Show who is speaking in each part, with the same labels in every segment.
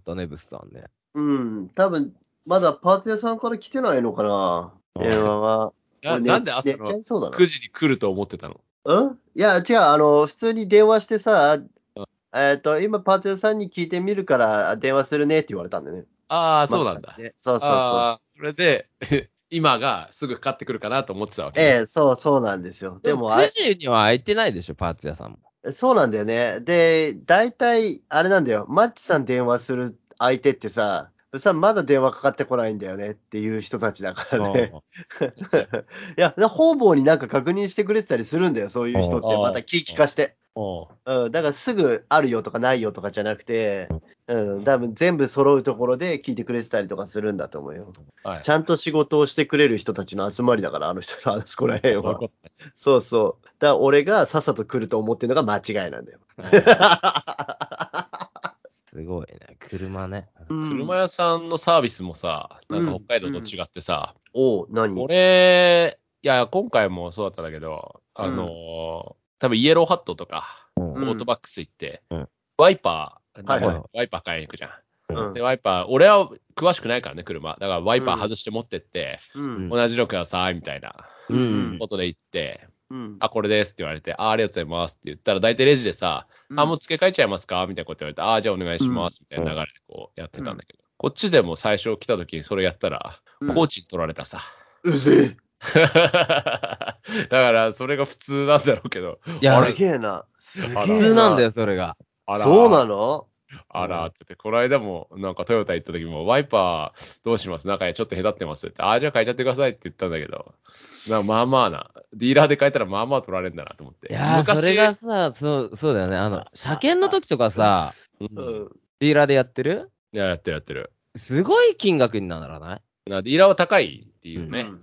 Speaker 1: ったね、物産ね。
Speaker 2: うん、多分、まだパーツ屋さんから来てないのかな電話が。
Speaker 3: いや
Speaker 2: 俺寝
Speaker 3: なんで朝
Speaker 2: 寝ちゃ
Speaker 3: の
Speaker 2: いそうだな
Speaker 3: 9時に来ると思ってたの
Speaker 2: うんいや、違う、あの、普通に電話してさ、えっ、と、今、パーツ屋さんに聞いてみるから、電話するねって言われたんだよね。
Speaker 3: ああ、そうなんだ。
Speaker 2: ねそうそうそう。
Speaker 3: ああ、それで、 今がすぐかかってくるかなと思ってたわけ。
Speaker 2: ええそうそうなんですよ。でも、あ
Speaker 1: 9時には開いてないでしょ、パーツ屋さんも。
Speaker 2: そうなんだよね。で、大体、あれなんだよ。マッチさん電話する相手ってさ、さまだ電話かかってこないんだよねっていう人たちだから ね。いや、方々になんか確認してくれてたりするんだよ、そういう人って。
Speaker 3: ああ
Speaker 2: また聞き聞かして。
Speaker 3: おう
Speaker 2: うん、だからすぐあるよとかないよとかじゃなくて、うん、多分全部揃うところで聞いてくれてたりとかするんだと思うよ。
Speaker 3: はい。
Speaker 2: ちゃんと仕事をしてくれる人たちの集まりだから、あの人のあそこら辺
Speaker 3: そういう
Speaker 2: は。
Speaker 3: こ
Speaker 2: そうそう。だから俺がさっさと来ると思ってるのが間違いなんだよ。
Speaker 3: とね
Speaker 1: すごいね。車ね。
Speaker 3: 車屋さんのサービスもさ、なんか北海道と違ってさ、
Speaker 2: おう、何
Speaker 3: 俺、いや、今回もそうだったんだけど、あのー多分イエローハットとか、
Speaker 1: うん
Speaker 2: うん
Speaker 3: オートバックス行って、
Speaker 1: うん
Speaker 3: ワイパー、
Speaker 2: はいはい
Speaker 3: ワイパー買いに行くじゃん。
Speaker 2: うん
Speaker 3: で、ワイパー、俺は詳しくないからね、車。だからワイパー外して持ってって、
Speaker 2: うん。
Speaker 3: 同じのください、みたいな
Speaker 1: うん
Speaker 2: うん
Speaker 3: ことで行って、
Speaker 2: うん
Speaker 3: あ、これですって言われて、あ、ありがとうございますって言ったら、大体レジでさ、あ、もう付け替えちゃいますかみたいなこと言われて、あ、じゃあお願いします、みたいな流れでこうやってたんだけど、こっちでも最初来た時にそれやったら、
Speaker 2: うん
Speaker 3: コーチに取られたさ。
Speaker 2: うぜ
Speaker 3: だから、それが普通なんだろうけど、
Speaker 1: い
Speaker 2: え。
Speaker 1: や、
Speaker 2: すげえな。すげえ
Speaker 3: あ
Speaker 2: な。
Speaker 3: ら
Speaker 1: 普通なんだよ、それが。
Speaker 3: あら、
Speaker 2: そうなの
Speaker 3: あらって言って、この間もなんかトヨタ行った時も、ワイパーどうしますなんかちょっと隔ってますって、ああ、じゃあ変えちゃってくださいって言ったんだけど、なんかまあまあな、ディーラーで変えたらまあまあ取られるんだなと思って。
Speaker 1: いやー、
Speaker 3: 昔
Speaker 1: それがさ、そう、そうだよね。あの、車検の時とかさ、
Speaker 3: う、
Speaker 2: うんん。
Speaker 1: ディーラーでやってる
Speaker 3: いや、やってるやってる。
Speaker 1: すごい金額にならない
Speaker 3: なディーラーは高いっていうね、
Speaker 2: うん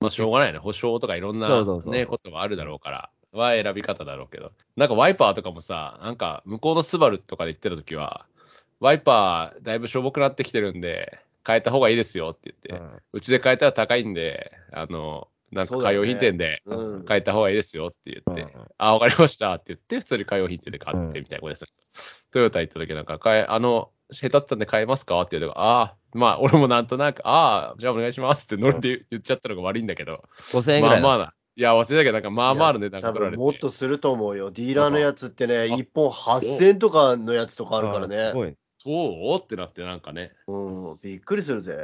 Speaker 3: まあしょうがないね、保証とかいろんな
Speaker 1: そうそうそう
Speaker 3: ね、ことがあるだろうから。は選び方だろうけど。なんかワイパーとかもさ、なんか向こうのスバルとかで行ってた時は、ワイパーだいぶしょぼくなってきてるんで、変えた方がいいですよって言って、
Speaker 1: うん
Speaker 3: うちで変えたら高いんで、あの、なんか
Speaker 2: そうだ
Speaker 3: 海
Speaker 2: よ
Speaker 3: 洋
Speaker 2: ね
Speaker 3: 品店で
Speaker 2: うん
Speaker 3: 変えた方がいいですよって言って、
Speaker 1: うん
Speaker 3: あ、わかりましたって言って、普通に海洋品店で買って
Speaker 1: うん
Speaker 3: みたいなことです。トヨタ行った時なんか、買え、あの、下手だったんで買えますかって言うと、ああ、まあ、俺もなんとなく、ああ、じゃあお願いしますってノリで言っちゃったのが悪いんだけど、
Speaker 1: 5000円ぐ
Speaker 3: ま
Speaker 1: ら
Speaker 3: あ
Speaker 1: いだ。
Speaker 3: まあな。いや、忘れたけど、なんかまあまあある値段
Speaker 2: 多
Speaker 3: 取ら
Speaker 2: 分
Speaker 3: れて。
Speaker 2: もっとすると思うよ。ディーラーのやつってね、
Speaker 3: あ
Speaker 2: 1本8000とかのやつとかあるから
Speaker 1: あ
Speaker 2: ね
Speaker 1: す。ごい
Speaker 3: そうってなって、なんかね。
Speaker 2: うん、びっくりするぜ。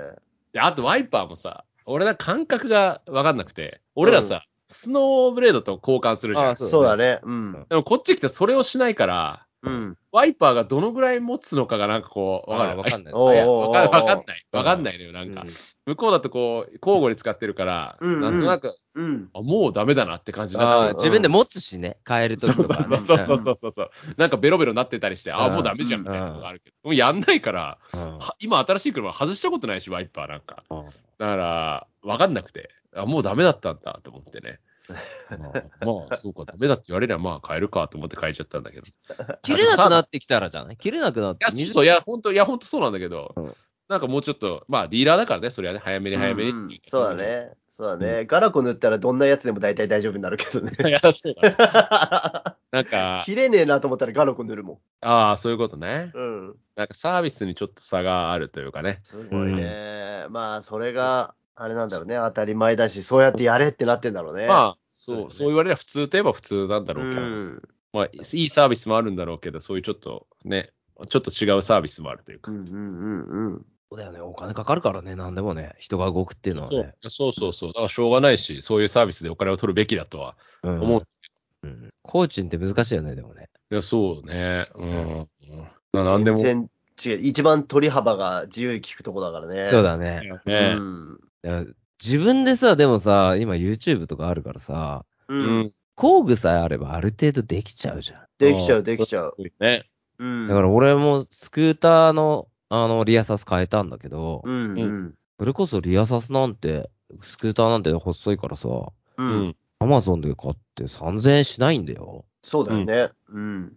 Speaker 3: で、あとワイパーもさ、俺ら感覚がわかんなくて、俺らさ、スノーブレードと交換するじゃん
Speaker 1: あ。そう
Speaker 2: そうだね。うん。
Speaker 3: でもこっち来てそれをしないから、
Speaker 2: うん。
Speaker 3: ワイパーがどのぐらい持つのかがなんかこう、わか
Speaker 1: あ
Speaker 3: る
Speaker 1: わかんない。
Speaker 2: お
Speaker 3: いう
Speaker 2: お
Speaker 3: や
Speaker 2: うおうお
Speaker 3: わ
Speaker 2: う
Speaker 3: かわかんない。わかんないのよ、な
Speaker 1: うんん
Speaker 3: か。向こうだとこう、交互に使ってるから、
Speaker 2: うんうん
Speaker 3: なんとなく、
Speaker 2: うん。
Speaker 3: あもうダメだなって感じに
Speaker 1: あ
Speaker 3: な
Speaker 1: ー
Speaker 3: って
Speaker 1: 自分で持つしね、変える
Speaker 3: そ
Speaker 1: 時
Speaker 3: う
Speaker 1: と
Speaker 3: そう
Speaker 1: かね。
Speaker 3: そうそうそうそうそう。なんかベロベロなってたりして、ああ、もうダメじゃんみたいなのがあるけど。もうやんないから、
Speaker 1: うん
Speaker 3: は今新しい車外したことないし、ワイパーなんか。
Speaker 1: うん
Speaker 3: だから、わかんなくて、あ、もうダメだったんだと思ってね。まあ、まあ、そうか、ダメだって言われりゃ、まあ、変えるかと思って変えちゃったんだけど。い
Speaker 1: 切れなくなってきたらじゃない切れなくなって
Speaker 3: や、。そうそう、いや、本当いや、本当そうなんだけど、
Speaker 1: うん
Speaker 3: なんかもうちょっと、まあ、ディーラーだからね、それはね、早めに早めに、
Speaker 2: うんうんそうだ。ね。そうだね。ガラコ塗ったらどんなやつでも大体大丈夫になるけどね。
Speaker 3: いや、 そうだ、ね。なんか、
Speaker 2: 切れねえなと思ったらガラコ塗るも
Speaker 3: ああ、そういうことね。
Speaker 2: ん。うん。
Speaker 3: なんかサービスにちょっと差があるというかね。
Speaker 2: すごいね。まあ、それが、あれなんだろうね。当たり前だし、そうやってやれってなってんだろうね。
Speaker 3: まあ、
Speaker 2: そう
Speaker 3: そ
Speaker 2: だ
Speaker 3: う、
Speaker 2: ね
Speaker 3: そう言われれば普通といえば普通なんだ
Speaker 2: う
Speaker 3: ろうけど、
Speaker 2: ん。
Speaker 3: まあ、いいサービスもあるんだろうけど、そういうちょっとね、ちょっと違うサービスもあるという
Speaker 2: う
Speaker 3: か。
Speaker 2: んうんうんうん。
Speaker 1: そうだよね。お金かかるからね、なんでもね。人が動くっていうのは
Speaker 3: そ
Speaker 1: ね
Speaker 3: う。そうそうそう。だからしょうがないし、そういうサービスでお金を取るべきだとは
Speaker 1: うん
Speaker 3: 思う。
Speaker 1: うんコーチンって難しいよね、でもね。
Speaker 3: いや、そうね。うん。ななんでも。ね、
Speaker 2: 全然違う。一番取り幅が自由に聞くとこだからね。
Speaker 1: そうだね。
Speaker 2: うん。
Speaker 1: いや自分でさ、でもさ、今 YouTube とかあるからさ、
Speaker 2: う。
Speaker 3: うんん。
Speaker 1: 工具さえあればある程度できちゃうじゃん。
Speaker 2: できちゃ
Speaker 3: う
Speaker 2: う、
Speaker 3: ん
Speaker 2: できちゃう。
Speaker 3: ね。
Speaker 2: うん。
Speaker 1: だから俺もスクーターの、あの、リアサス変えたんだけど、
Speaker 2: うんうん。
Speaker 1: それこそリアサスなんて、スクーターなんて細いからさ、
Speaker 2: う。
Speaker 3: うんん。
Speaker 1: アマゾンで買って3000円しないんだよ。
Speaker 2: そうだよね。うん。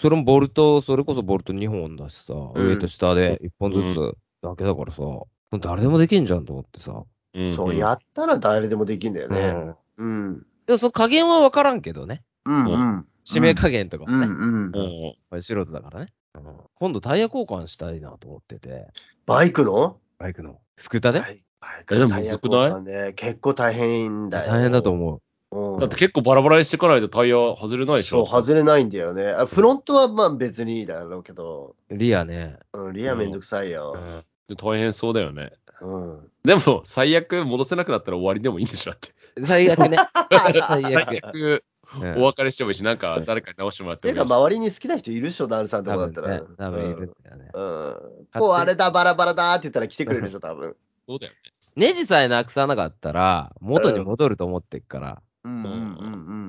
Speaker 1: それもボルト、それこそボルト2本だしさ、
Speaker 2: ん
Speaker 1: 上と下で1本ずつだけだからさ、誰でもできんじゃんと思ってさ。
Speaker 3: ん
Speaker 2: そう、やったら誰でもできんだよ
Speaker 1: う
Speaker 2: ね。
Speaker 1: ん
Speaker 2: うん。
Speaker 1: でもその加減は分からんけどね。
Speaker 2: うんうん。
Speaker 1: 締め加減とか
Speaker 2: うん
Speaker 1: もね。
Speaker 2: うん
Speaker 3: う。ん。
Speaker 1: これ素人だからね。うん今度タイヤ交換したいなと思ってて、
Speaker 2: バイクの
Speaker 1: バイクの。スクーターで、
Speaker 2: バイバイ
Speaker 3: えでも
Speaker 2: タイヤ
Speaker 3: むずくない
Speaker 2: 交換ね結構大変だよ。
Speaker 1: 大変だと思う。
Speaker 2: 思
Speaker 3: だって結構バラバラにしていかないとタイヤ外れないでし
Speaker 2: そ
Speaker 3: ょ。
Speaker 2: う、外れないんだよね。あフロントはまあ別にいいだろうけど、
Speaker 1: リアね。
Speaker 2: うん、リアめんどくさいよ。
Speaker 3: で大変そうだよね。
Speaker 2: うん。
Speaker 3: でも、最悪戻せなくなったら終わりでもいいんでしょ だって。
Speaker 1: 最悪ね。最悪。
Speaker 3: 最悪、
Speaker 1: うん
Speaker 3: お別れしてもいいし、なんか誰かに直してもらっ
Speaker 2: て
Speaker 3: てもい
Speaker 2: か、
Speaker 3: いし。
Speaker 2: 周りに好きな人いるっしょ、ダルさんとかだったら。
Speaker 1: 多分ね、多分いるんだよね。
Speaker 2: うん。うん。こう、あれだ、バラバラだって言ったら来てくれるでしょ、多分。
Speaker 3: そうだよね。
Speaker 1: ネジさえなくさなかったら、元に戻ると思ってっから、
Speaker 2: うんうんう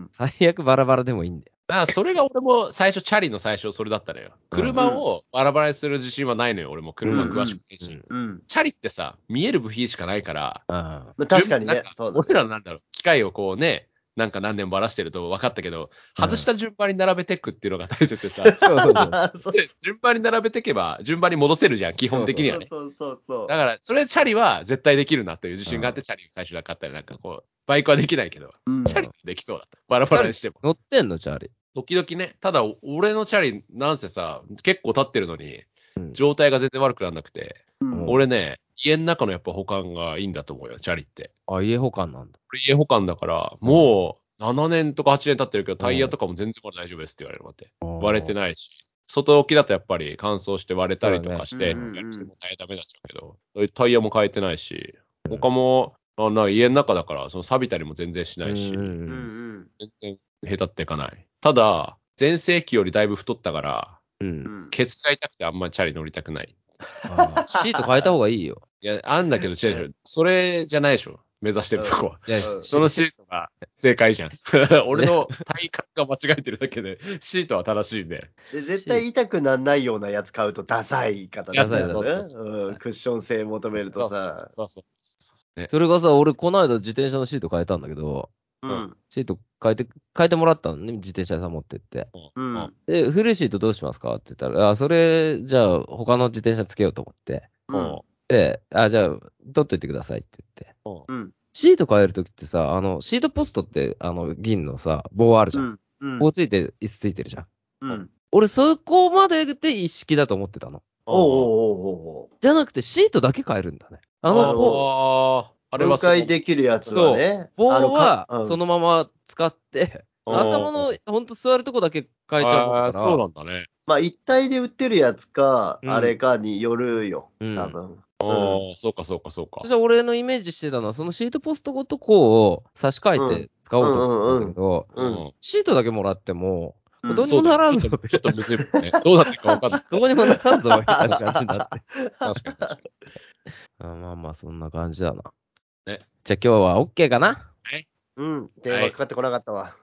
Speaker 2: ん
Speaker 1: 最悪バラバラでもいいんだよ。
Speaker 3: だからそれが俺も最初、チャリの最初それだったのよ。車をバラバラにする自信はないのよ。俺も車詳しくない
Speaker 1: う
Speaker 3: し。
Speaker 1: んうん
Speaker 2: うん。うん。
Speaker 3: チャリってさ、見える部品しかないから、
Speaker 1: うん。
Speaker 2: まあ、確かに
Speaker 3: な
Speaker 2: ね
Speaker 3: ん。
Speaker 2: そうだね
Speaker 3: 俺らなんだろう、機械をこうね、なんか何年もばらしてると分かったけど、外した順番に並べてくっていうのが大切でさ、
Speaker 1: そうそうそう。
Speaker 2: あそう
Speaker 3: で順番に並べてけば、順番に戻せるじゃん、基本的にはね。
Speaker 2: そうそうそう
Speaker 3: だから、それチャリは絶対できるなという自信があって、チャリを最初だ買ったり、なんかこう、バイクはできないけど、
Speaker 2: うん
Speaker 3: チャリはできそうだった。バラバラにしても。
Speaker 1: 乗ってんの、チャーリー。
Speaker 3: 時々ね、ただ、俺のチャリ、なんせさ、結構立ってるのに
Speaker 1: うん、
Speaker 3: 状態が全然悪くならなくて、
Speaker 2: うん
Speaker 3: 俺ね、家の中のやっぱ保管がいいんだと思うよ、チャリって。
Speaker 1: あ、家保管なんだ。
Speaker 3: これ家保管だから、もう7年とか8年経ってるけど、タイヤとかも全然まだ大丈夫ですって言われるのって。割れて
Speaker 1: ない。
Speaker 3: ないし、外置きだとやっぱり乾燥して割れたりとかして、
Speaker 2: そうだね
Speaker 3: やる人も大変ダメになっちゃうけど、そういうタイヤも変えてないし、他も、あな家の中だから、その錆びたりも全然しないし、
Speaker 1: うんう
Speaker 2: うんん
Speaker 3: 全然下手っていかない。ただ、前世紀よりだいぶ太ったから、
Speaker 1: う。
Speaker 2: うん
Speaker 1: うん。
Speaker 2: ん。
Speaker 3: ケツが痛くてあんまりチャリ乗りたくない。
Speaker 1: あーシート変えた方がいいよ。
Speaker 3: いや、あんだけど、違う違う。それじゃないでしょ。目指してるとこは。
Speaker 1: いや
Speaker 2: うん
Speaker 3: そのシートが正解 じゃん。俺の体格が間違えてるだけで、シートは正しいんで。
Speaker 2: で絶対痛くならないようなやつ買うとダサい方だ
Speaker 1: ダサいそう
Speaker 2: よね
Speaker 3: そうそ
Speaker 2: うん。クッション性求めるとさ。
Speaker 3: そうそうそう。ね、
Speaker 1: それがさ、俺、この間自転車のシート変えたんだけど、
Speaker 2: うん。
Speaker 1: シート変えて、変えてもらったのね、自転車屋さん持ってって。
Speaker 2: うん。
Speaker 1: で、古いシートどうしますかって言ったら、あ、それ、じゃあ、他の自転車つけようと思って。
Speaker 2: うん。
Speaker 1: で、あ、じゃあ、取っといてくださいって言って。
Speaker 2: うん。
Speaker 1: シート変えるときってさ、あの、シートポストって、あの、銀のさ、棒あるじ
Speaker 2: う
Speaker 1: ゃん。
Speaker 2: ん。うん
Speaker 1: 棒ついて、椅子ついてるじゃん。
Speaker 2: うん。
Speaker 1: 俺、そこまでで一式だと思ってたの。
Speaker 2: おう
Speaker 3: う
Speaker 2: おうおうおう
Speaker 1: じゃなくて、シートだけ変えるんだね。あ
Speaker 2: なるほど
Speaker 1: の、
Speaker 3: ああ、あれは
Speaker 2: 分
Speaker 3: そう
Speaker 2: 解できるやつはね。
Speaker 1: 棒
Speaker 2: あの
Speaker 1: は
Speaker 2: かう、ん
Speaker 1: そのまま使って、
Speaker 3: うん
Speaker 1: 頭の、ほんと座るとこだけ変えちゃうもん
Speaker 3: あ
Speaker 1: だ
Speaker 3: ー
Speaker 1: か
Speaker 3: そう
Speaker 1: ら。
Speaker 3: なんだね。
Speaker 2: まあ一体で売ってるやつか、
Speaker 1: うん
Speaker 2: あれかによるよ。
Speaker 1: うん
Speaker 2: 多分。
Speaker 3: あ
Speaker 2: う
Speaker 3: あ、そうかそうかそうか
Speaker 1: そし。たら俺のイメージしてたのは、そのシートポストごとこう、差し替えて使おうと思ったんだけど、
Speaker 2: うん。
Speaker 1: シートだけもらっても、
Speaker 2: うん
Speaker 1: どうにもならんぞ
Speaker 3: そうだねちょっとちょっとむずいもんね。どうなってるか分かんない。
Speaker 1: どこにもならんぞ、みたいな感じになって。
Speaker 3: 確かに確かに。
Speaker 1: あまあまあ、そんな感じだな。
Speaker 3: ね
Speaker 1: じゃあ今日は OK かな
Speaker 2: うん。電話かかってこなかったわ。